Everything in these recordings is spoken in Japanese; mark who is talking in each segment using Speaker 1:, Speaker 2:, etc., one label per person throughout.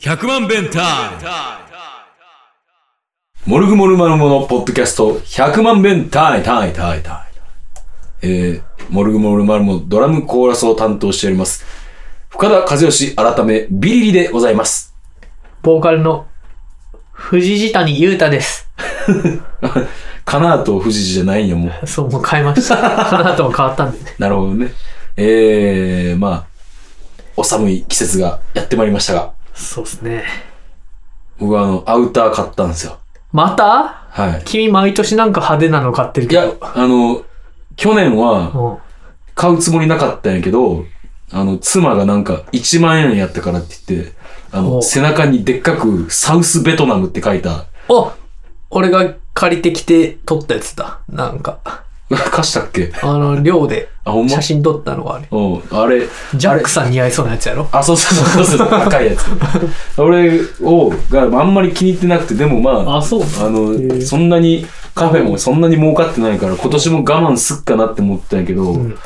Speaker 1: 100万弁タ
Speaker 2: モルグモルマルモのポッドキャスト100万弁タイタイタイタイ。えー、モルグモルマルモドラムコーラスを担当しております。深田和義改めビリリでございます。
Speaker 3: ボーカルの藤井谷裕太です。
Speaker 2: カナーと藤士じゃないんやもう。
Speaker 3: そう、もう変えました。かなとも変わったんでね。
Speaker 2: なるほどね。えー、まあ、お寒い季節がやってまいりましたが、
Speaker 3: そうですね。
Speaker 2: 僕はあの、アウター買ったんですよ。
Speaker 3: また
Speaker 2: はい。
Speaker 3: 君毎年なんか派手なの買ってる
Speaker 2: い
Speaker 3: けど。
Speaker 2: や、あの、去年は
Speaker 3: うん。
Speaker 2: 買うつもりなかったんやけど、あの、妻がなんか1万円やったからって言って、あの、
Speaker 3: お
Speaker 2: 背中にでっかくサウスベトナムって書いた、
Speaker 3: お俺が借りてきて撮ったやつだ。なんか、
Speaker 2: 貸したっけ
Speaker 3: あの、寮で
Speaker 2: あ、ほんま
Speaker 3: 写真撮ったのがあれ。
Speaker 2: おうあれ、
Speaker 3: ジャックさん似合いそうなやつやろ
Speaker 2: あ、そうそうそうそうそう、高いやつ。 俺を、があんまり気に入ってなくて、でもまあ、
Speaker 3: そうな
Speaker 2: あの、そんなに、カフェもそんなに儲かってないから、今年も我慢すっかなって思ったんやけど、
Speaker 3: ん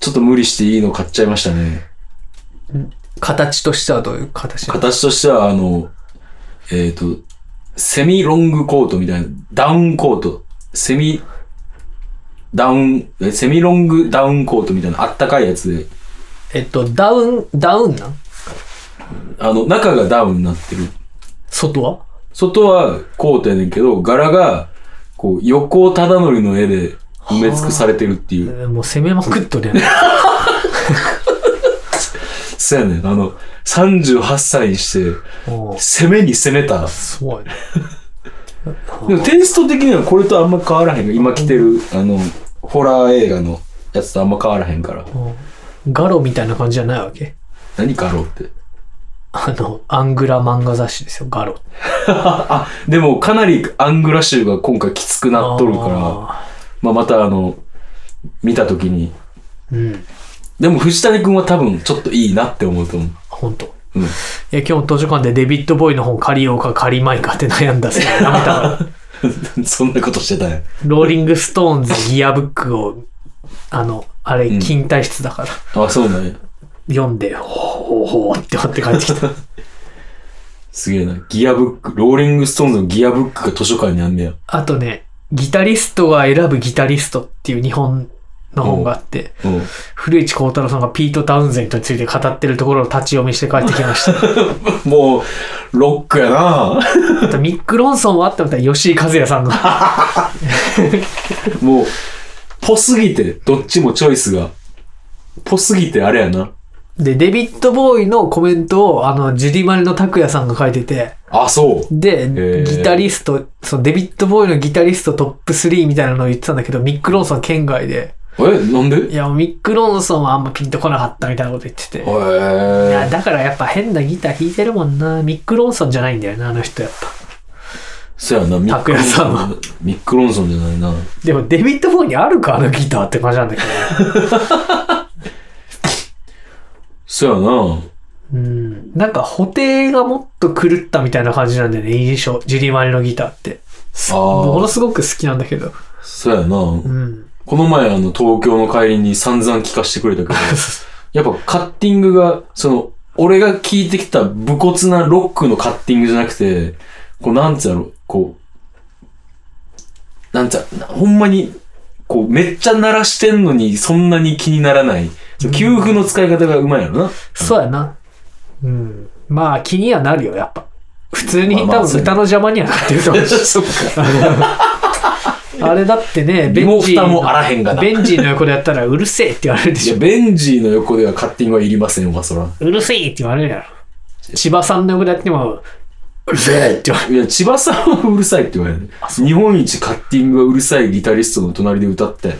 Speaker 2: ちょっと無理していいの買っちゃいましたね。
Speaker 3: 形としてはどういう形なの
Speaker 2: 形としては、あの、えっ、と、セミロングコートみたいな、ダウンコート、セミ、ダウン、えセミロングダウンコートみたいな、あったかいやつで、
Speaker 3: えっと、ダウン、ダウンなん
Speaker 2: あの、中がダウンになってる。
Speaker 3: 外は
Speaker 2: 外はコートやねんけど、柄が、こう、横尾忠則の絵で埋め尽くされてるってい
Speaker 3: え
Speaker 2: う。
Speaker 3: ーもう攻めまくっとるやん。
Speaker 2: そうやねん。あの、38歳にして、
Speaker 3: もう
Speaker 2: 攻めに攻めた。
Speaker 3: すごいね。
Speaker 2: でもテイスト的にはこれとあんま変わらへんが、今着てる、あの、ホラー映画のやつとあんま変わらへんから。
Speaker 3: ガロみたいな感じじゃないわけ
Speaker 2: 何かろうって。
Speaker 3: あの、アングラ漫画雑誌ですよ、ガロ。
Speaker 2: あ、でもかなりアングラ集が今回きつくなっとるから、
Speaker 3: あ
Speaker 2: まあ、またあの、見たときに。
Speaker 3: ーうん、
Speaker 2: でも藤谷くんは多分ちょっといいなって思うと思う。
Speaker 3: 本当。
Speaker 2: うん
Speaker 3: いや、今日も図書館でデビッド・ボーイの本借りようか借りまいかって悩んだっ すね。やめたから。
Speaker 2: そんなことしてたんや
Speaker 3: ローリング・ストーンズギアブックを、あの、あれ、金体質だから、
Speaker 2: あ、そうだね。
Speaker 3: 読んで、ほうほうって思って帰ってき た。
Speaker 2: すげえな。ギアブック、ローリングストーンズのギアブックが図書館にあんねや。
Speaker 3: あとね、ギタリストが選ぶギタリストっていう日本の本があって、
Speaker 2: うん。
Speaker 3: 古市幸太郎さんがピート・タウンゼントについて語ってるところを立ち読みして帰ってきました。
Speaker 2: もう、ロックやな
Speaker 3: あとミック・ロンソンはあって思ったら吉井和也さんの。
Speaker 2: もう、ぽすぎて、どっちもチョイスが。ぽすぎてあれやな。
Speaker 3: で、デビッド・ボーイのコメントを、あの、ジュディマリの拓也さんが書いてて、
Speaker 2: あ、そう。
Speaker 3: で
Speaker 2: ー、
Speaker 3: ギタリスト、そのデビッド・ボーイのギタリストトップ3みたいなのを言ってたんだけど、ミック・ロンソン県外で、
Speaker 2: え、なんで
Speaker 3: いや、ミック・ロンソンはあんまピンとこなかったみたいなこと言ってて。いや、
Speaker 2: え
Speaker 3: だからやっぱ変なギター弾いてるもんな。ミック・ロンソンじゃないんだよな、あの人やっぱ。
Speaker 2: そうやな、ミ
Speaker 3: 拓也さんは
Speaker 2: ミックロンソンじゃないな。
Speaker 3: でも、デビッド・ボーイにあるか、あのギターって感じなんだけどね。
Speaker 2: そうやな。
Speaker 3: うんなんか、補定がもっと狂ったみたいな感じなんだよね、印象。ジュリマリのギターって。す
Speaker 2: あー
Speaker 3: ものすごく好きなんだけど。
Speaker 2: そうやな。
Speaker 3: うん。
Speaker 2: この前、あの、東京の帰りに散々聞かしてくれたけど、やっぱカッティングが、その、俺が聞いてきた武骨なロックのカッティングじゃなくて、こう、なんつうやろ、こう、なんつうや、ほんまに、こう、めっちゃ鳴らしてんのに、そんなに気にならない。その給付の使い方がうまいやろな。
Speaker 3: そうやな。うん。まあ、気にはなるよ、やっぱ。普通に
Speaker 2: まあまあ
Speaker 3: 多分歌の邪魔にはなってると 思 う。
Speaker 2: そっか。
Speaker 3: あれだってね、
Speaker 2: 身
Speaker 3: ベン
Speaker 2: も
Speaker 3: ジー
Speaker 2: 蓋
Speaker 3: の
Speaker 2: もあらへんがな。
Speaker 3: ベンジーの横でやったら、うるせえって言われるで
Speaker 2: い
Speaker 3: し
Speaker 2: や、
Speaker 3: ょ。
Speaker 2: ベンジーの横ではカッティングはいりませんわ、そら。
Speaker 3: うるせえって言われるやろ。千葉さんの横でやっても、うるせえって言われる。
Speaker 2: いや、千葉さんはうるさいって言われる。日本一カッティングがうるさいギタリストの隣で歌って。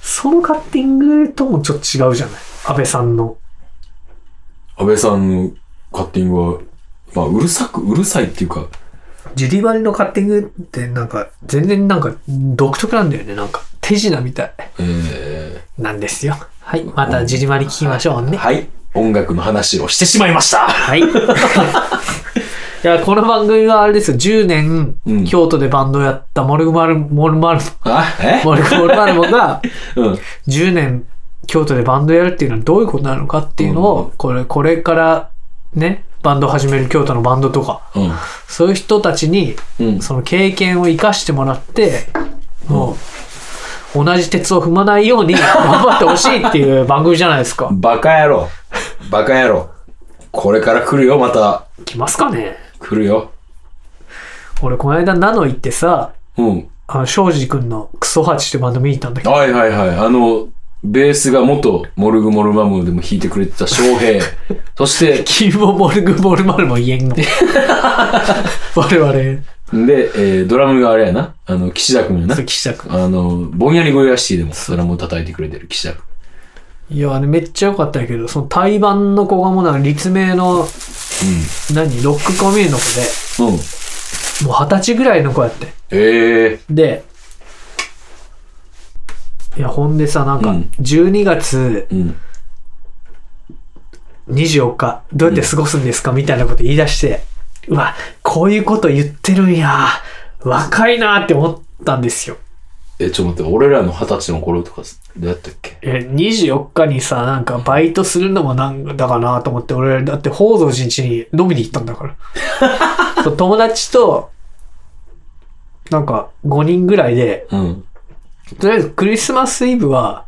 Speaker 3: そのカッティングともちょっと違うじゃない。安倍さんの。
Speaker 2: 安倍さんのカッティングは、まあ、うるさく、うるさいっていうか、
Speaker 3: ジュリバリのカッティングってなんか全然なんか独特なんだよね。なんか手品みたい
Speaker 2: え
Speaker 3: なんですよ。はい。またジュリバリ聞きましょう
Speaker 2: ー、
Speaker 3: ね。
Speaker 2: はい、音楽の話をしてしまいました
Speaker 3: はい。いや、この番組はあれですよ。10年、
Speaker 2: うん
Speaker 3: 京都でバンドをやったモルグマル、モルマル、
Speaker 2: あえ
Speaker 3: モルグモルマルモが
Speaker 2: うん。
Speaker 3: 10年京都でバンドやるっていうのはどういうことなのかっていうのを、これ、これからね、バンドを始める京都のバンドとか、
Speaker 2: う
Speaker 3: そういう人たちに、
Speaker 2: ん。うん。
Speaker 3: その経験を活かしてもらって、もう、同じ鉄を踏まないように頑張ってほしいっていう番組じゃないですか。
Speaker 2: バカ野郎。バカ野郎。これから来るよ、また。
Speaker 3: 来ますかね
Speaker 2: 来るよ。
Speaker 3: 俺、この間、ナノ行ってさ、
Speaker 2: うん。
Speaker 3: あの、庄司くんのクソハチってバンド見に行ったんだけど、
Speaker 2: はいはいはい。あの、ベースが元モルグモルマムでも弾いてくれてた翔平。そして、
Speaker 3: キーボモルグボルマルも言えんの。 我々、
Speaker 2: で、えードラムがあれやな。あの、岸田君やな
Speaker 3: そう。岸田くん。
Speaker 2: あの、ぼんやりゴイラシティでもドラムを叩いてくれてる岸田君。
Speaker 3: いや、あれめっちゃ良かったんやけど、その対バンの子がもうなんか立命の、何、ロックコミューンの子
Speaker 2: う
Speaker 3: で、
Speaker 2: ん。うん。
Speaker 3: もう二十歳ぐらいの子やって。
Speaker 2: ええ
Speaker 3: で、いや、ほんでさ、なんか
Speaker 2: うん、
Speaker 3: 12月
Speaker 2: うん。
Speaker 3: 24日、どうやって過ごすんですかみたいなこと言い出して、うわ、こういうこと言ってるんや、若いなって思ったんですよ。
Speaker 2: え、ちょっと待って、俺らの二十歳の頃とか、どうやったっけ
Speaker 3: え、24日にさ、なんかバイトするのもなんだかなと思って、俺、だって宝蔵寺に飲みに行ったん だから。そう友達と、なんか5人ぐらいで、
Speaker 2: うん。
Speaker 3: とりあえずクリスマスイブは、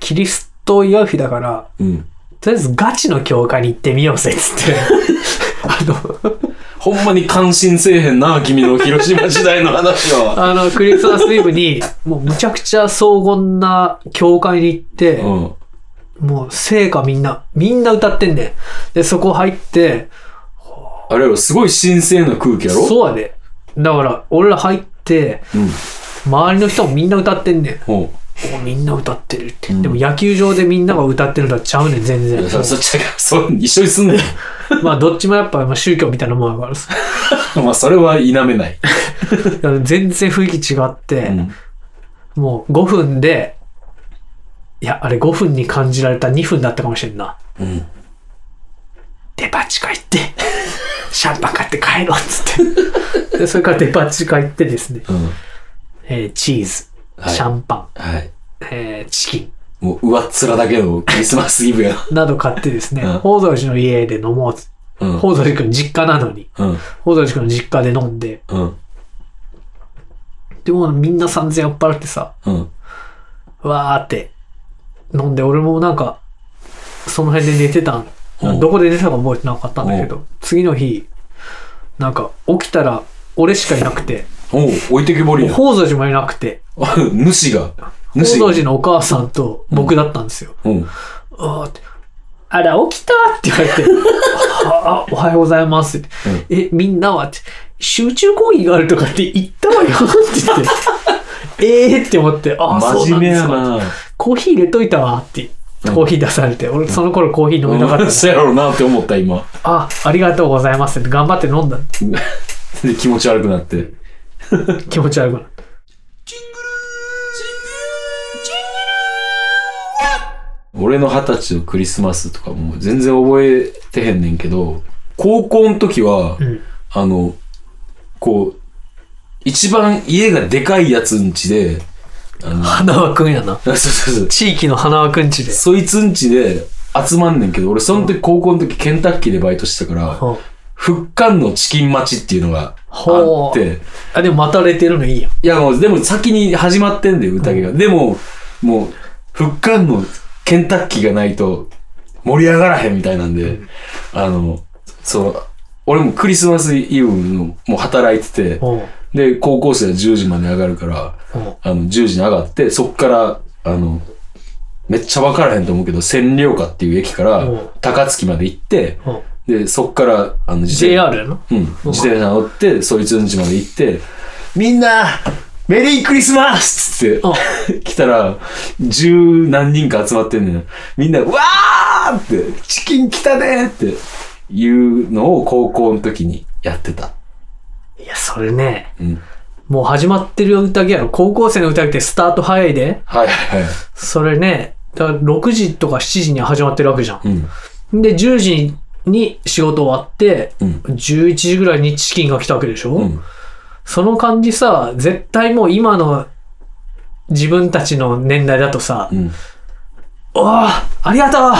Speaker 3: キリストを祝う日だから、
Speaker 2: うん。
Speaker 3: とりあえずガチの教会に行ってみようぜ、つ って。あの、
Speaker 2: ほんまに感心せえへんな、君の広島時代の話 は。
Speaker 3: あの、クリスマスイブに、もうむちゃくちゃ荘厳な教会に行って、
Speaker 2: うん。
Speaker 3: もう聖歌みんな、みんな歌ってんねん。で、そこ入って、
Speaker 2: あれやろ、すごい神聖な空気やろ
Speaker 3: そうやで。だから、俺ら入って、
Speaker 2: うん。
Speaker 3: 周りの人もみんな歌ってんねん。
Speaker 2: ほ
Speaker 3: おみんな歌ってるって。
Speaker 2: うん
Speaker 3: でも野球場でみんなが歌ってるのとはちゃうねん、全
Speaker 2: う。い
Speaker 3: 然
Speaker 2: や、。そ、そっちだから、そう、一緒にすんね ん。
Speaker 3: まあ、どっちもやっぱまあ宗教みたいなもんやからさ。
Speaker 2: まあ、それは否めない。
Speaker 3: だから全然雰囲気違って、
Speaker 2: うん。
Speaker 3: もう5分で、いや、あれ5分に感じられた2分だったかもしれんな。
Speaker 2: うん。
Speaker 3: デパ地下行って、 シャンパン買って帰ろうっつって。で、それからデパ地下行ってですね、
Speaker 2: うん。
Speaker 3: えーチーズ、
Speaker 2: はい
Speaker 3: シャンパ
Speaker 2: はい。
Speaker 3: ン、えーチキン
Speaker 2: もう、上っ面だけのクリスマスイブや。
Speaker 3: など買ってですね、
Speaker 2: うん
Speaker 3: 宝蔵寺の家で飲もうっつって。
Speaker 2: うん。
Speaker 3: 宝蔵寺くん実家なのに、
Speaker 2: うん。
Speaker 3: 宝蔵寺くん実家で飲んで、
Speaker 2: うん。
Speaker 3: でもうみんな散々酔っ払ってさ、
Speaker 2: うん。
Speaker 3: わーって飲んで、俺もなんか、その辺で寝てたん。
Speaker 2: うん
Speaker 3: どこで寝てたか覚えてなかったんだけ
Speaker 2: う
Speaker 3: ど、次の日、なんか起きたら俺しかいなくて、
Speaker 2: おう、置いてけぼり
Speaker 3: もう
Speaker 2: や。
Speaker 3: 宝蔵寺もいなくて、
Speaker 2: 主が。
Speaker 3: 宝
Speaker 2: 主
Speaker 3: 蔵
Speaker 2: が。
Speaker 3: 寺のお母さんと僕だったんですよ。
Speaker 2: うん。
Speaker 3: あーってあら、起きたって言われ て、ああ、おはようございますって。え、みんなはって、集中講義があるとかって言ったわよって言 って、えーって思って、ああ、そうな
Speaker 2: 真面
Speaker 3: ん
Speaker 2: 目
Speaker 3: です
Speaker 2: や
Speaker 3: か。
Speaker 2: な。
Speaker 3: コーヒー入れといたわって、コーヒー出されて、俺その頃コーヒー飲めなかった
Speaker 2: うんん
Speaker 3: で、
Speaker 2: そうやろうなって思った、今。
Speaker 3: あ、ありがとうございますって頑張って飲んだ。
Speaker 2: で、気持ち悪くなって。
Speaker 3: 気持ち悪くなった。
Speaker 2: 俺の二十歳のクリスマスとかもう全然覚えてへんねんけど、高校の時は、
Speaker 3: うん。
Speaker 2: あの、こう、一番家がでかいやつんちで、
Speaker 3: 花輪くんやな。
Speaker 2: あそうそうそう、
Speaker 3: 地域の花輪くんちで。
Speaker 2: そいつんちで集まんねんけど、俺その時高校の時ケンタッキーでバイトしてたから、
Speaker 3: うん
Speaker 2: 復刊のチキン待ちっていうのがあ
Speaker 3: ほう
Speaker 2: って、
Speaker 3: あ、でもまたれてるのいいやん。
Speaker 2: いやもう、でも先に始まってんだよ、宴が。でも、もう、復刊のケンタッキーがないと盛り上がらへんみたいなんで、あの、そう、俺もクリスマスイブのもう働いてて、
Speaker 3: うんうん
Speaker 2: で、高校生は10時まで上がるから、あの、10時に上がって、そっから、あの、めっちゃ分からへんと思うけど、千両家っていう駅から
Speaker 3: うん、
Speaker 2: 高槻まで行って、
Speaker 3: うん
Speaker 2: で、そっから、あの、自転
Speaker 3: JR やな。
Speaker 2: うん、自転車乗って、そいつんちまで行って、みんな、メリークリスマスっつって、 来たら、十何人か集まってんねん。みんな、わーって、チキン来たねーって、いうのを高校の時にやってた。
Speaker 3: いや、それね。
Speaker 2: うん。
Speaker 3: もう始まってる宴やろ。高校生の宴ってスタート早いで。
Speaker 2: はいはいは
Speaker 3: それね、だから6時とか7時に始まってるわけじゃ
Speaker 2: い。うん。
Speaker 3: ん。で、10時に仕事終わって、
Speaker 2: うん。
Speaker 3: 11時ぐらいにチキンが来たわけでしょ、
Speaker 2: うん。
Speaker 3: その感じさ、絶対もう今の自分たちの年代だとさ、
Speaker 2: うん。
Speaker 3: おーあり がとうあ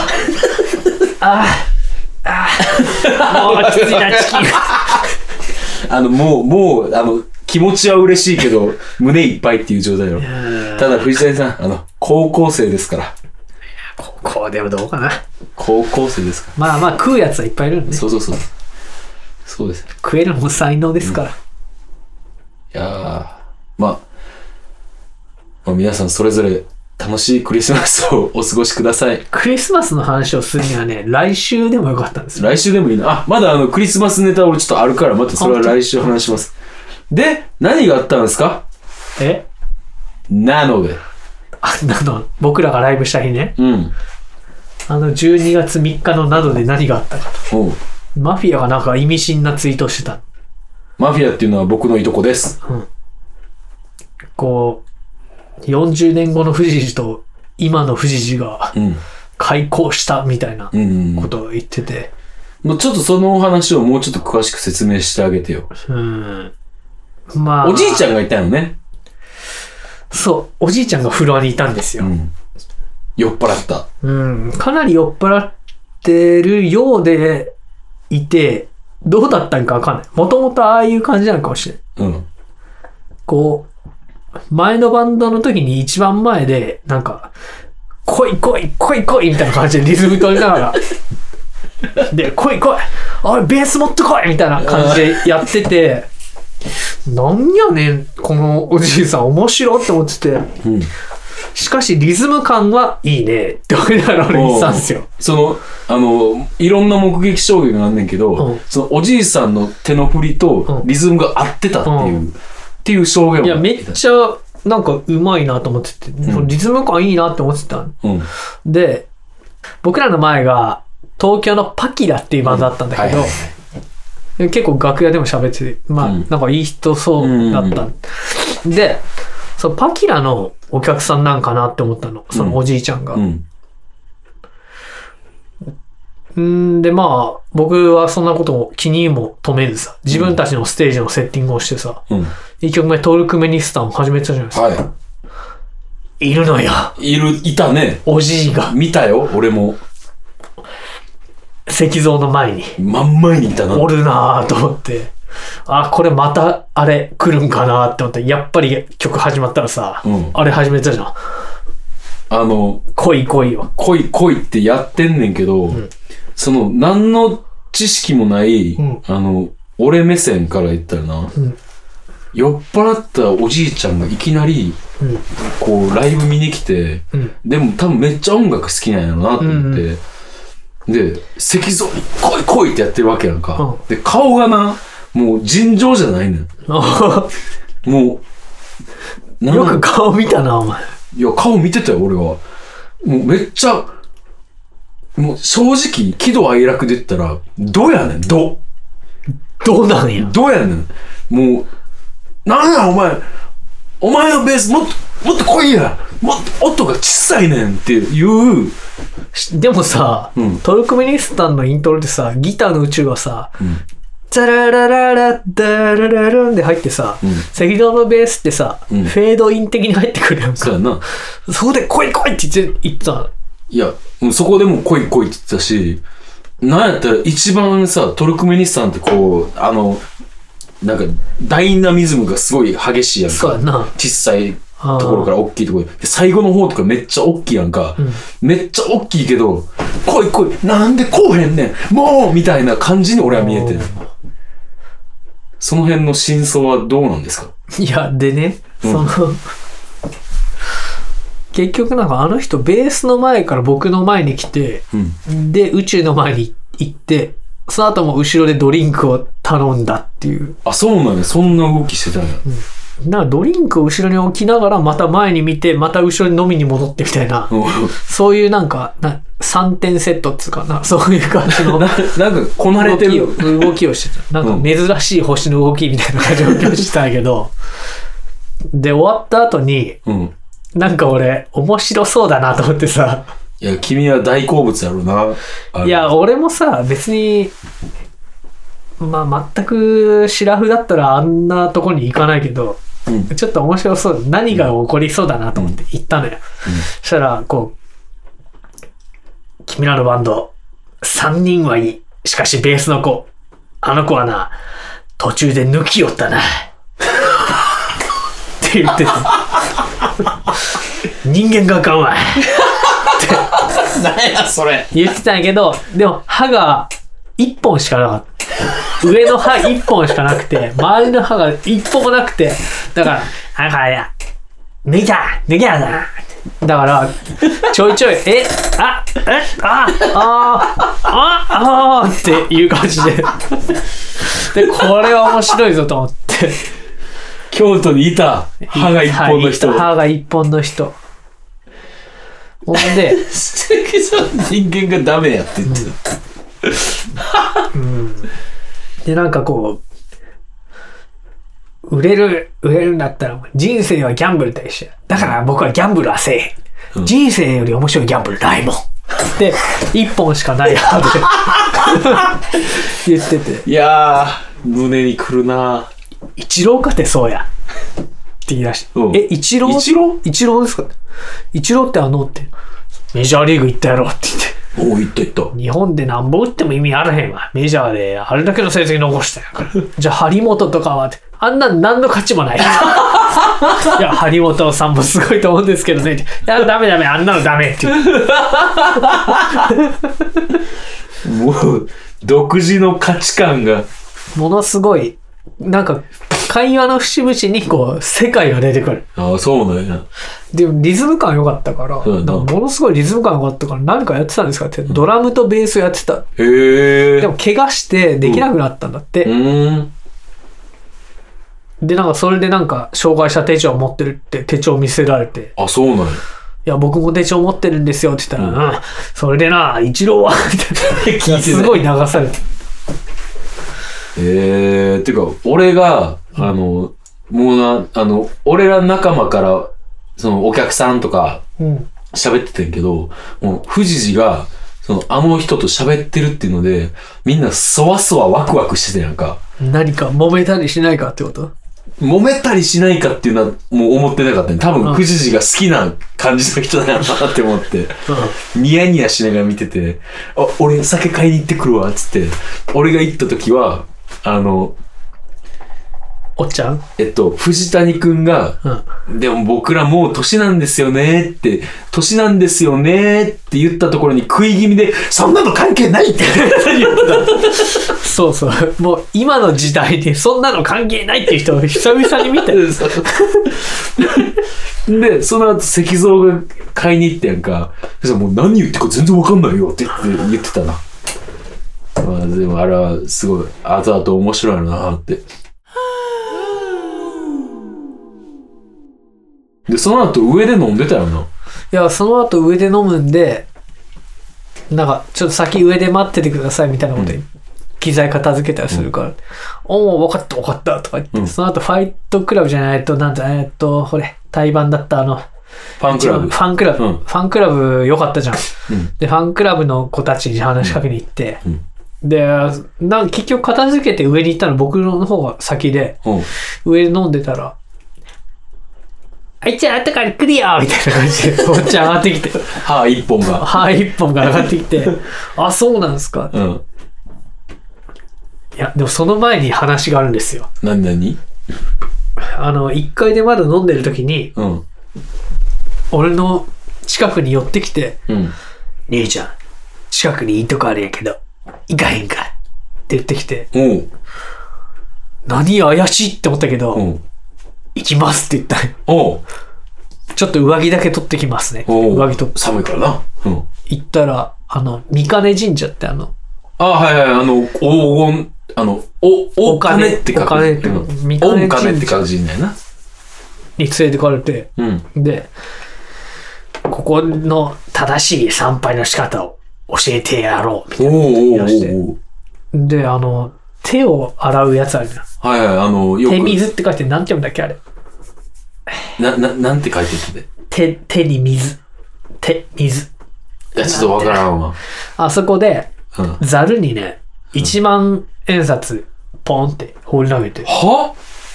Speaker 3: ーあーもうきついなチキン
Speaker 2: あの、もう、もう、あの、気持ちは嬉しいけど、胸いっぱいっていう状態だろ。ただ、藤谷さん、あの、高校生ですから。
Speaker 3: ここでもどうかな
Speaker 2: 高校生ですから。
Speaker 3: まあまあ食うやつはいっぱいいるんでね
Speaker 2: そうそうそう。そうです。
Speaker 3: 食えるのも才能ですから、
Speaker 2: いやーまあ、まあ、皆さんそれぞれ楽しいクリスマスをお過ごしください。
Speaker 3: クリスマスの話をするにはね来週でもよかったんですよ
Speaker 2: 来週でもいいな。あ、まだあの、クリスマスネタ俺ちょっとあるから、またそれは来週話します。で、何があったんですか
Speaker 3: え
Speaker 2: なので。
Speaker 3: あなの僕らがライブした日ね
Speaker 2: うん。
Speaker 3: あの12月3日のなどで何があったかと
Speaker 2: おう
Speaker 3: マフィアがなんか意味深なツイートしてた
Speaker 2: マフィアっていうのは僕のいとこです。
Speaker 3: こう40年後の富士寺と今の富士寺が
Speaker 2: うん。
Speaker 3: 開校したみたいな
Speaker 2: うんうん、
Speaker 3: ことを言ってて
Speaker 2: もうちょっとそのお話をもうちょっと詳しく説明してあげてよ。
Speaker 3: うんまあ
Speaker 2: おじいち
Speaker 3: ゃん
Speaker 2: ゃんがいたよね。
Speaker 3: そうおじいちゃんがフロアにいたんです
Speaker 2: う
Speaker 3: よ、
Speaker 2: ん。酔っ払った。
Speaker 3: うん、かなり酔っ払ってるようでいて、どうだったんかわかんない。もともとああいう感じなのかもしれない。
Speaker 2: うん。
Speaker 3: こう、前のバンドの時に一番前で、なんか、来い来い来い来いみたいな感じでリズム取りながら、 で、来い来いおい、ベース持ってこいみたいな感じでやってて、なんやねん、このおじいさん面白って思ってて、
Speaker 2: うん。
Speaker 3: しかしリズム感はいいねって思いながら俺言ってたんですよ。
Speaker 2: その、あの、いろんな目撃証言があんねんけど、
Speaker 3: うん
Speaker 2: そのおじいさんの手の振りと
Speaker 3: うん
Speaker 2: リズムが合ってたっていう、
Speaker 3: うん
Speaker 2: っていう証言も
Speaker 3: いや、めっちゃ、なんか、うまいなと思ってて、
Speaker 2: ん
Speaker 3: リズム感いいなって思ってたん
Speaker 2: うん。
Speaker 3: で、僕らの前が、東京のパキラっていうバンドだったんだけど、
Speaker 2: はいはいはい
Speaker 3: で結構楽屋でも喋ってて、まあ、
Speaker 2: うん
Speaker 3: なんかいい人そうだった。で、そのパキラのお客さんなんかなって思ったの、そのおじいちゃんが。
Speaker 2: うん。
Speaker 3: うん、で、まあ、僕はそんなことも気にも留めずさ、自分たちのステージのセッティングをしてさ、
Speaker 2: うん。
Speaker 3: 1曲目、トルクメニスタンを始めてたじゃないですか。
Speaker 2: はい
Speaker 3: るのよ、
Speaker 2: い。いる、いたね。
Speaker 3: おじいが。
Speaker 2: 見たよ、俺も。
Speaker 3: 石像の前に
Speaker 2: 真ん前にいたな。
Speaker 3: おるなぁと思って、あ、これまたあれ来るんかなって思って、やっぱり曲始まったらさ、
Speaker 2: うん
Speaker 3: あれ始めてたじゃん。
Speaker 2: あの、
Speaker 3: 来い来いよ。
Speaker 2: 恋恋ってやってんねんけど、その、何の知識もない、
Speaker 3: ん
Speaker 2: あの、俺目線から言ったらな、
Speaker 3: ん
Speaker 2: 酔っ払ったおじいちゃんがいきなり、
Speaker 3: うん
Speaker 2: こう、ライブ見に来て、
Speaker 3: うん
Speaker 2: でも多分めっちゃ音楽好きなんやろなと思って、で、石像に来い来いってやってるわけやんか。
Speaker 3: うん
Speaker 2: で、顔がな、もう尋常じゃないねん。もう、なん
Speaker 3: よく顔見たな、お前。
Speaker 2: いや、顔見てたよ、俺は。もうめっちゃ、もう正直、喜怒哀楽で言ったら、どうやねん、ど。
Speaker 3: どうなんや。
Speaker 2: どうやねん。もう、なんや、お前、お前のベースもっと、もっと来いや。もっと、音が小さいねんっていう、
Speaker 3: でもさ、
Speaker 2: ん
Speaker 3: トルクメニスタンのイントロでさ、ギターの宇宙がさ、ザララララダララランで入ってさ、赤道のベースってさ、
Speaker 2: ん
Speaker 3: フェードイン的に入ってくるやん
Speaker 2: そう
Speaker 3: か。
Speaker 2: やな。
Speaker 3: そこで来い来いって言って言ってたの。
Speaker 2: いや、もうそこでもう来い来いって言ってたし、なんやったら一番さ、トルクメニスタンってこう、あの、なんか、ダイナミズムがすごい激しいやんか。
Speaker 3: そうやな。
Speaker 2: 小さいところから大きいところで最後の方とかめっちゃ大きいやんか、めっちゃ大きいけど来い来いなんでこうへんねんもうみたいな感じに俺は見えてるその辺の真相はどうなんですか
Speaker 3: いや、でね、その、結局なんかあの人ベースの前から僕の前に来て、で、宇宙の前に行って、その後も後ろでドリンクを頼んだっていう。
Speaker 2: あそうなんやそんな動きしてたんや、
Speaker 3: なんかドリンクを後ろに置きながらまた前に見て、また後ろに飲みに戻ってみたいな、
Speaker 2: うん
Speaker 3: そういうなんか、な3点セットっつうかな、そういう感じの
Speaker 2: ななんかこなれてる
Speaker 3: 動きを動きをしてた。なん
Speaker 2: うん
Speaker 3: か珍しい星の動きみたいな感じの動きをしてたんやけど、で、終わった後に、
Speaker 2: うん
Speaker 3: なんか俺、面白そうだなと思ってさ。
Speaker 2: いや君は大好物やろうなあれ
Speaker 3: いや、俺もさ、別に、まあ、全く、シラフだったらあんなとこに行かないけど、
Speaker 2: うん
Speaker 3: ちょっと面白そうだ。何が起こりそうだなと思って行ったのよ。そしたら、こう、君らのバンド、3人はいい。しかしベースの子、あの子はな、途中で抜きよったな。って 言ってた。人間があかんわ。
Speaker 4: 何やそれ。
Speaker 3: 言ってたんやけど、でも歯が1本しかなかった。上の歯1本しかなくて、周りの歯が1本もなくて、だから、なんかあれや、抜いた抜きやなだから、ちょいちょい、え、あ、え、あ、あ、あ、あ、あっていう感じで。で、これは面白いぞと思って。
Speaker 2: 京都にいた歯が一本の人。
Speaker 3: はい歯が一本の人。ほんで、
Speaker 2: 人間がダメやって言ってた。
Speaker 3: で、なんかこう、売れる、売れるんだったら、人生はギャンブルと一緒やだから僕はギャンブルはせえへん。人生より面白いギャンブルないもん。で、一本しかないやで言ってて、
Speaker 2: いやー、胸にくるな
Speaker 3: 一郎かてそうや。って言い出して。
Speaker 2: うん
Speaker 3: え、一郎
Speaker 2: 一郎
Speaker 3: 一郎ですか一郎ってあのって。メジャーリーグ行ったやろって言って。
Speaker 2: おお、いったいった。
Speaker 3: 日本でなんぼ打っても意味あらへんわ。メジャーであれだけの成績残したんやから。じゃあ、張本とかはって、あんなん何の価値もない。い や、張本さんもすごいと思うんですけどね。いや、ダメダメ、あんなのダメって言って。
Speaker 2: もう、独自の価値観が。
Speaker 3: ものすごい、なんか、会話の節々にこう、世界が出てくる。
Speaker 2: ああ、そうなんや。
Speaker 3: でも、リズム感良かったから、
Speaker 2: うんうん
Speaker 3: なんかものすごいリズム感良かったから、何かやってたんですかって、ドラムとベースやってた。
Speaker 2: へえ。
Speaker 3: でも、怪我してできなくなったんだって。
Speaker 2: うーん。
Speaker 3: で、なんか、それでなんか、障害者手帳を持ってるって手帳見せられて、
Speaker 2: あ、そうなんや。
Speaker 3: いや、僕も手帳持ってるんですよって言ったら、うん、それでな、一 郎は、みたいな。すごい流されて。
Speaker 2: ええてか、俺が、あの、もうな、あの、俺ら仲間から、その、お客さんとか、
Speaker 3: うん。
Speaker 2: 喋っててんけど、もう、富士寺が、その、あの人と喋ってるっていうので、みんな、そわそわワクワクしてたやんか。
Speaker 3: 何か揉めたりしないかってこと
Speaker 2: 揉めたりしないかっていうのは、もう思ってなかったね。多
Speaker 3: う
Speaker 2: 分、
Speaker 3: ん
Speaker 2: 富士寺が好きな感じの人だよなって思って。ニヤニヤしながら見てて、あ、俺酒買いに行ってくるわ、つって。俺が行った時は、あの、
Speaker 3: おっちゃん
Speaker 2: えっと、藤谷くんが、
Speaker 3: うん。
Speaker 2: でも僕らもう年なんですよねって、年なんですよねって言ったところに食い気味で、そんなの関係ないって言って
Speaker 3: そうそう。もう、今の時代にそんなの関係ないっていう人を久々に見
Speaker 2: た。
Speaker 3: て。
Speaker 2: で、その後石像が買いに行ってやんか、そしたらもう何言ってるか全然わかんないよって言って言ってたな。まあでもあれはすごい、後々面白いなって。で、その後上で飲んでたよな。
Speaker 3: いや、その後上で飲むんで、なんか、ちょっと先上で待っててくださいみたいなことで、機材片付けたりするから、おお、分かった分かったとか言って、
Speaker 2: うん
Speaker 3: その後ファイトクラブじゃないと、なんだ、えーっと、ほれ、対バンだったあの、
Speaker 2: ファンクラブ。
Speaker 3: ファンクラブ。
Speaker 2: うん
Speaker 3: ファンクラブ良かったじゃん,、
Speaker 2: ん
Speaker 3: で、ファンクラブの子たちに話しかけに行って、
Speaker 2: うん
Speaker 3: で、なん結局片付けて上に行ったの僕の方が先で、
Speaker 2: うん。
Speaker 3: 上で飲んでたら、あいつら後から来るよみたいな感 じで、おっちゃん上がってきて、
Speaker 2: 歯一本が。
Speaker 3: 歯一本が上がって きて、あ、そうなんですか。
Speaker 2: うん。
Speaker 3: いや、でもその前に話があるんですよ。
Speaker 2: 何何
Speaker 3: あの、1階でまだ飲んでる時に、
Speaker 2: うん。
Speaker 3: 俺の近くに寄ってきて、
Speaker 2: うん。
Speaker 3: 姉ちゃん、近くにいいとこあるんやけど、行かへんかって言ってきて、
Speaker 2: おう。
Speaker 3: 何怪しいって思ったけど、
Speaker 2: うん。
Speaker 3: 行きますって言ったよ
Speaker 2: おう。
Speaker 3: ちょっと上着だけ取ってきますね。
Speaker 2: おう。
Speaker 3: 上着取って。
Speaker 2: 寒いからな。うん。
Speaker 3: 行ったら、あの、三金神社ってあの、
Speaker 2: あ、はいはい、あの、黄金、あの、お、お金って書く。
Speaker 3: お金って書く
Speaker 2: うん
Speaker 3: 三
Speaker 2: お
Speaker 3: 金
Speaker 2: 金って書く字なんやな。
Speaker 3: に連れてかれて、
Speaker 2: うん。
Speaker 3: で、ここの正しい参拝の仕方を教えてやろう。みたい
Speaker 2: おーおーお
Speaker 3: 出して
Speaker 2: ーおー
Speaker 3: なで、あの、手を洗うやつあるじゃん。
Speaker 2: はいはい、あの、よ
Speaker 3: 手
Speaker 2: く、
Speaker 3: 水って書いて何て読むんだっけあれ。
Speaker 2: な、な、なんて書いてるん
Speaker 3: 手、手に水。手、水。
Speaker 2: で。いや、ちょっとわからんわ。
Speaker 3: あそこで、
Speaker 2: うん。は
Speaker 3: ざるにね、1万円札、ポンって放り投げて。
Speaker 2: は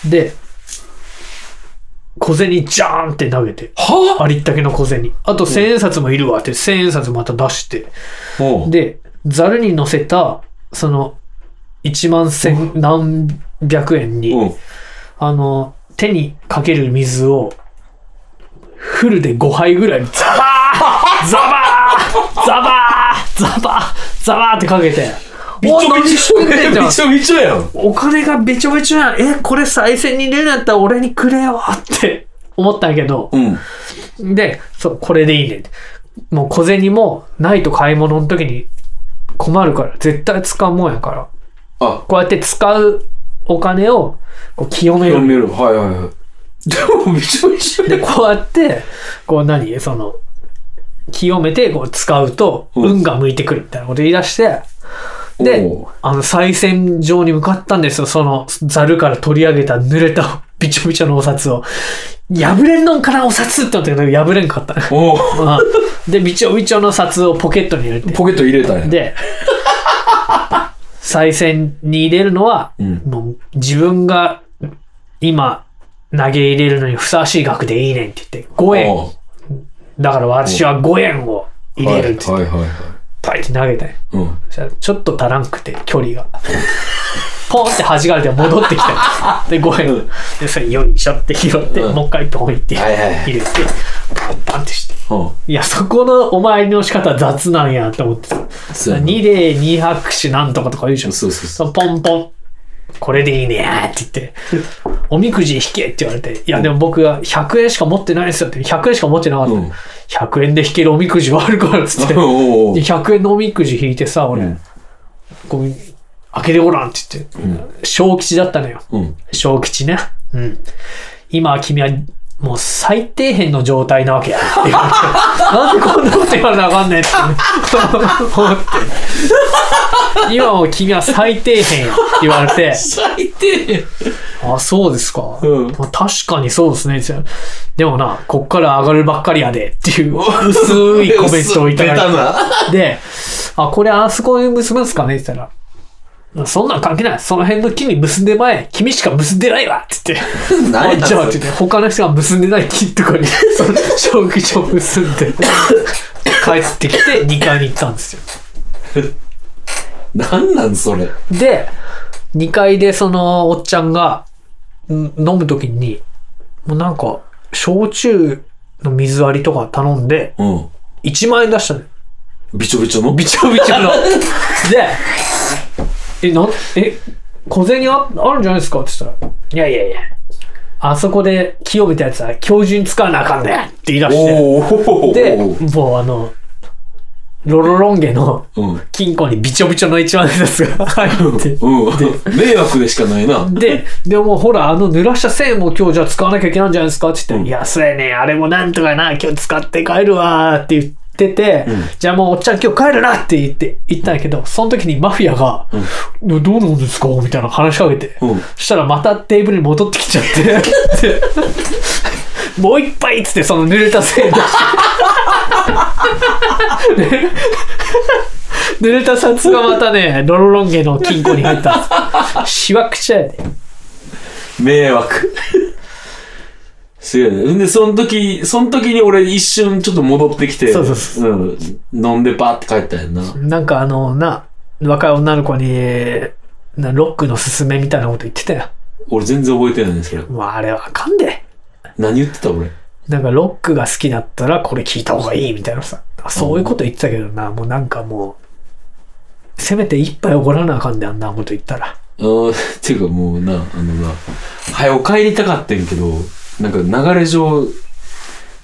Speaker 3: で、小銭ジャーンって投げて、
Speaker 2: は
Speaker 3: ありったけの小銭。あと千円札もいるわって、千円札また出して。
Speaker 2: ぁ
Speaker 3: で、ザルに乗せた、その、1万千何百円に、
Speaker 2: うん。
Speaker 3: あの、手にかける水を、フルで5杯ぐらい、ザバーザバーザバーザバーザバーってかけて、
Speaker 2: びち
Speaker 3: おい何して んねんって
Speaker 2: びちょびちょやん。
Speaker 3: お金がべちょべちょやん。え、これ再生に入れるんやったら俺にくれよって思ったんやけど、
Speaker 2: うん。
Speaker 3: で、そう、これでいいねって。もう小銭もないと買い物の時に困るから、絶対使うもんやから。
Speaker 2: あ、
Speaker 3: こうやって使うお金をこう清め
Speaker 2: 読
Speaker 3: る。
Speaker 2: める。はいはいはい。でも、びちょびちょや
Speaker 3: で、こうやって、こう何その、清めてこう使うと、
Speaker 2: うん
Speaker 3: 運が向いてくるみたいなこと言い出して、
Speaker 2: ん。
Speaker 3: で
Speaker 2: おう、
Speaker 3: あの、再銭場に向かったんですよ。その、ざるから取り上げた濡れた びちょびちょのお札を。破れんのんかなお札って思ったけど、破れんかったね。
Speaker 2: おう
Speaker 3: まあで、びちょびちょの札をポケットに入れて。
Speaker 2: ポケット入れたんや。
Speaker 3: で、再選に入れるのは、
Speaker 2: うん
Speaker 3: もう自分が今投げ入れるのにふさわしい額でいいねんって言って、5円。
Speaker 2: おう
Speaker 3: だから私は5円を入れるって言っ
Speaker 2: は
Speaker 3: て、
Speaker 2: いはいはいはい。
Speaker 3: パイって投げたんよ
Speaker 2: うん。
Speaker 3: そしたらちょっと足らんくて、距離が。 ポンって弾かれて戻ってきたよ。 で、5円。で、それよいしょって拾って、
Speaker 2: うん
Speaker 3: もう一回ポンって
Speaker 2: はいはい
Speaker 3: 入れて、パンパンってして。
Speaker 2: うん。
Speaker 3: いや、そこのお参りの仕方雑なんやと思ってた。
Speaker 2: そうやな
Speaker 3: 二礼二拍手なんとかとか言うでしょ。
Speaker 2: そうそう
Speaker 3: そのポンポン。これでいいねやって言って、おみくじ引けって言われて、いやでも僕は100円しか持ってないですよって、100円しか持ってなかった。
Speaker 2: うん
Speaker 3: 100円で引けるおみくじはあるからっつって、
Speaker 2: そう。 おうおう
Speaker 3: で100円のおみくじ引いてさ、俺、
Speaker 2: うん
Speaker 3: こう、開けてごらんって言って、小吉だったのよ。
Speaker 2: うん。
Speaker 3: 小吉ね。うん。今は君はもう最底辺の状態なわけや。 って言われてなんでこんなこと言わなあかんねんって思って。今もう君は最底辺や。って言われて。
Speaker 4: 最低
Speaker 3: あ、そうですか。
Speaker 2: うん
Speaker 3: まあ確かにそうですね。じゃあでもな、こっから上がるばっかりやで。っていう薄いコメントをいただいて。
Speaker 4: な。
Speaker 3: で、あ、これあそこに結ぶんすかねって言ったら、そんなん関係ない。その辺の君結んで前、君しか結んでないわって言って。
Speaker 4: 何や
Speaker 3: あじゃあって言って、他の人が結んでない金とかに、その証拠書を結んで、帰ってきて2階に行ったんですよ。
Speaker 2: なんなんそれ。
Speaker 3: で、2階でそのおっちゃんが、ん飲むときに、もうなんか、焼酎の水割りとか頼んで、
Speaker 2: うん。
Speaker 3: 1万円出したのよ
Speaker 2: びちょびちょの
Speaker 3: びちょびちょの。で、え、なん、え、小銭ああるんじゃないですかって言ったら、いやいやいや、あそこで清めたやつは今日中に使わなあかんねんって言い出して、
Speaker 2: おお
Speaker 3: で、
Speaker 2: うん。
Speaker 3: もうあの、ロロロンゲの
Speaker 2: うん。
Speaker 3: 金庫にびちょびちょの一万円札が入って、
Speaker 2: 迷惑でしかないな。
Speaker 3: で、でもほら、あの濡らした線も今日じゃあ使わなきゃいけないんじゃないですかって言って、
Speaker 2: うん
Speaker 3: いや、そうやねんあれもなんとかな、今日使って帰るわーって言ってて、じゃあもうおっちゃん今日帰るなって言って、言ったんやけど、その時にマフィアが、どどうなんですかみたいな話しかけて、
Speaker 2: うん
Speaker 3: そしたらまたテーブルに戻ってきち ゃって、でもう一杯っつってその濡れた 線出して。で濡れた札がまたね、ロロロンゲの金庫に入ったんです。しわくちゃやで。
Speaker 2: 迷惑。すげえね。んで、その時、その時に俺一瞬ちょっと戻ってきて、
Speaker 3: そうそうそ
Speaker 2: うん。飲んでパーって帰ったやんな。
Speaker 3: なんかあの、な、若い女の子に、なロックのすすめみたいなこと言ってたよ。
Speaker 2: 俺全然覚えてないんですけど。
Speaker 3: もうあれはあかんで。
Speaker 2: 何言ってた俺。
Speaker 3: なんかロックが好きだったらこれ聞いた方がいいみたいなさ。そういうこと言ってたけどな、もうなんかもう、せめて一杯おごらなあかんであんなこと言ったら。
Speaker 2: ああ、ていうかもうな、あのな、早お帰りたかったんやけど、なんか流れ上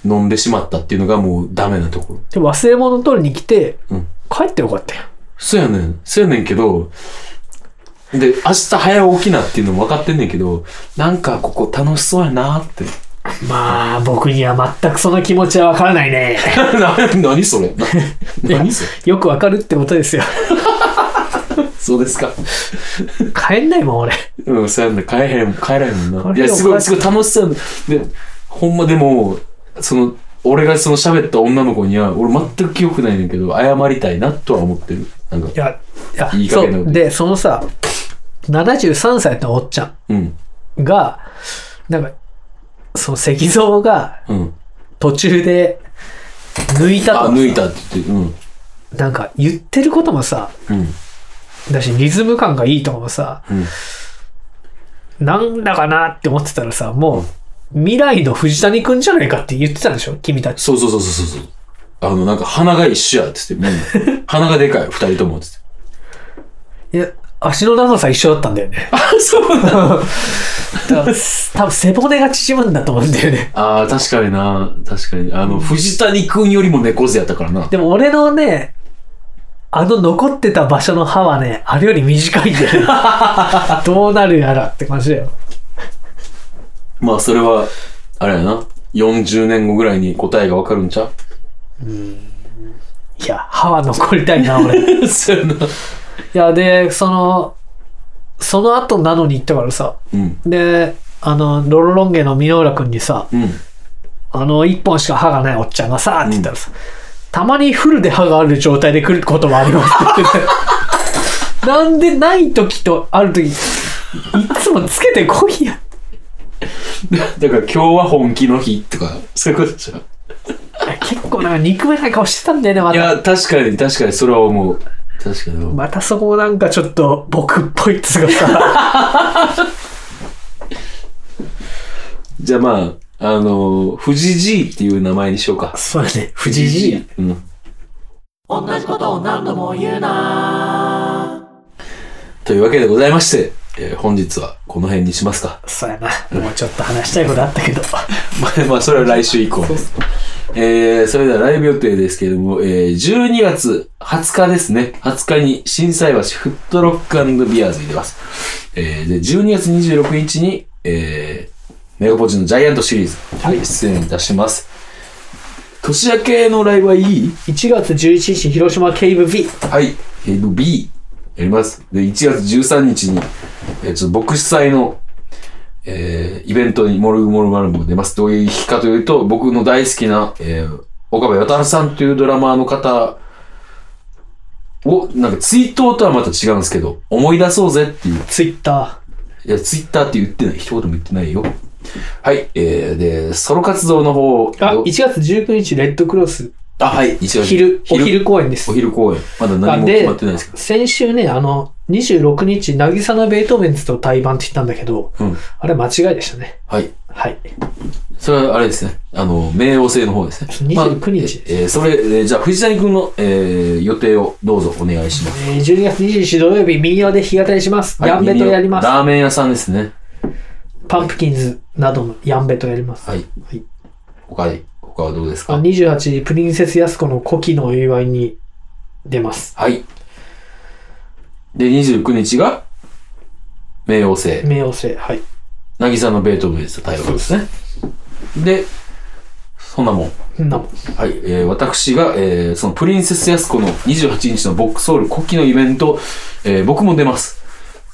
Speaker 2: 飲んでしまったっていうのがもうダメなところ。
Speaker 3: でも忘れ物取りに来て、
Speaker 2: うん
Speaker 3: 帰ってよかったよ。
Speaker 2: そうやねん。そうやねんけど、で、明日早起きなっていうのも分かってんねんけど、なんかここ楽しそうやなって。
Speaker 3: まあ、僕には全くその気持ちはわからないね。
Speaker 2: な、何それな何それ
Speaker 3: よくわかるってことですよ。
Speaker 2: そうですか。
Speaker 3: 帰んないもん、俺。
Speaker 2: うん、そうやねん。帰れへん、帰らへんもん
Speaker 3: あ
Speaker 2: な。い
Speaker 3: れ
Speaker 2: や、すご
Speaker 3: お
Speaker 2: い、
Speaker 3: かし
Speaker 2: すごい楽しそうやねんで、ほんまでも、その、俺がその喋った女の子には、俺全く記憶ないねんけど、謝りたいなとは思ってる。なんか
Speaker 3: い、や、いや、
Speaker 2: いい加
Speaker 3: そ
Speaker 2: 減なこと
Speaker 3: う。で、そのさ、73歳のおっちゃん。
Speaker 2: うん。
Speaker 3: が、なんか、その石像が
Speaker 2: うん。
Speaker 3: 途中で抜いた
Speaker 2: あ、
Speaker 3: と
Speaker 2: 抜いたって言って、うん。
Speaker 3: なんか言ってることもさ、
Speaker 2: うん。
Speaker 3: だしリズム感がいいとかもさ、
Speaker 2: うん
Speaker 3: なんだかなって思ってたらさ、もう未来の藤谷くんじゃないかって言ってたでしょ君たち。
Speaker 2: そうそうそうそうそう。あの、なんか鼻が一緒やって言って、みんな。 鼻がでかい、二人ともって
Speaker 3: いや、足の長さ一緒だったんだよね。あ、そうなの 多分背骨が縮むんだと思うんだよね。
Speaker 2: ああ、確かにな。確かに。あの、藤谷くんよりも猫背やったからな。
Speaker 3: でも俺のね、あの残ってた場所の歯はね、あれより短いんだよね。どうなるやらって感じだよ。
Speaker 2: まあ、それは、あれやな。40年後ぐらいに答えがわかるんちゃ
Speaker 3: いや、歯は残りたいな、俺。い う
Speaker 2: そうやな。
Speaker 3: や、で、その、その後なのに行ったからさ、
Speaker 2: うん。
Speaker 3: で、あの、ロロロンゲの箕浦くんにさ、
Speaker 2: うん。
Speaker 3: あの、一本しか歯がないおっちゃんがさ、って言ったらさ、たまにフルで歯がある状態で来ることもありますって言っててなんでない時とある時、いつもつけてこいや。
Speaker 2: だから今日は本気の日とか、そういうことじゃん。
Speaker 3: 結構なんか憎めない顔してたんだよね、ま
Speaker 2: い
Speaker 3: た。
Speaker 2: や、確かに、確かに、それは思う。確かに。
Speaker 3: またそこもなんかちょっと僕っぽいっつう かさ。
Speaker 2: じゃあまあ、あのー、藤 G っていう名前にしようか。
Speaker 3: そうだね、藤じい。
Speaker 2: うん。同じことを何度も言うなというわけでございまして、えー本日はこの辺にしますか。
Speaker 3: そうやな。もうちょっと話したいことあったけど。
Speaker 2: まあ、 まあ、それは来週以降。えー、それではライブ予定ですけれども、えー、12月20日ですね。20日に震災橋フットロックビアーズに出ます。えー、で、12月26日に、えー、メガポジのジャイアントシリーズ、はい、出演いたします。年明けのライブはいい
Speaker 3: 1月11日、広島ケイブ B。
Speaker 2: はい、ヘイブ B やります。で、1月13日に、えー、ちょっと牧師祭の、えー、イベントにモルグモルマルムが出ます。どういう日かというと、僕の大好きな、えー、岡部渡さんというドラマーの方を、なんかツイートとはまた違うんですけど、思い出そうぜっていう。
Speaker 3: ツイッタ
Speaker 2: いや、ツイッターって言ってない。一言も言ってないよ。はい、えー、で、ソロ活動の方。
Speaker 3: ー。あ、1月19日、レッドクロス。
Speaker 2: あはい、一応
Speaker 3: 昼、お
Speaker 2: 昼、
Speaker 3: 昼公演です
Speaker 2: お。昼公演。まだ
Speaker 3: あ
Speaker 2: 何も決まってないですけど。
Speaker 3: 先週ね、あの、26日、渚のベートーベンズと対バンって言ったんだけど、
Speaker 2: うん
Speaker 3: あれ間違いでしたね。
Speaker 2: はい。
Speaker 3: はい。
Speaker 2: それはあれですね。あの、冥王星の方ですね。
Speaker 3: 29日
Speaker 2: まあええーそれ、えーじゃあ藤谷君の、えー予定をどうぞお願いします。
Speaker 3: えー12月21日土曜日、民謡で日語りします。
Speaker 2: はい
Speaker 3: ヤンベトやります。
Speaker 2: ラーメン屋さんですね。
Speaker 3: パンプキンズなどのヤンベトやります。
Speaker 2: はい。
Speaker 3: はい
Speaker 2: 他に、他はどうですか
Speaker 3: あ28、プリンセス安子の古希のお祝いに出ます。
Speaker 2: はい。で、29日が、冥王星。
Speaker 3: 冥王星、はい。
Speaker 2: 渚のベートーベンズと対話ですね。で、そんなもん。
Speaker 3: そんなもん
Speaker 2: はい、えー私が、えーそのプリンセス安子の28日のボックソウル古希のイベント、えー僕も出ます。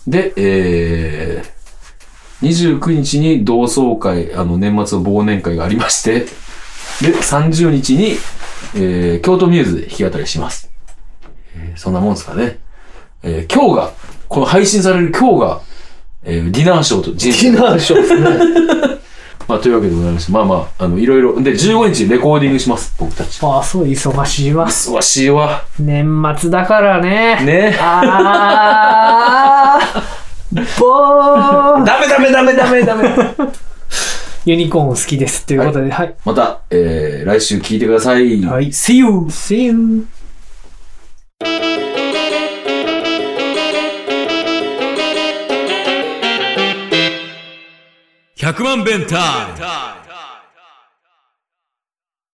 Speaker 2: で、えー29日に同窓会、あの、年末の忘年会がありまして、で、30日に、えー京都ミューズで弾き語りします。えーそんなもんですかね。えー今日が、この配信される今日が、えーディナーショーと人生
Speaker 3: ディナーショーですね。
Speaker 2: まあ、というわけでございまして、まあまあ、あの、いろいろ、で、15日レコーディングします、僕たち。
Speaker 3: ま あ、そう、忙しいわ。
Speaker 2: 忙しいわ。
Speaker 3: 年末だからね。
Speaker 2: ね。
Speaker 3: あー、ぼー。
Speaker 2: ダメダメダメダメダメ。
Speaker 3: ユニコーン好きですということで、はい。
Speaker 2: また、えー、来週聞いてください。
Speaker 3: はい
Speaker 2: See you!
Speaker 3: See you!
Speaker 1: !100 万弁タイム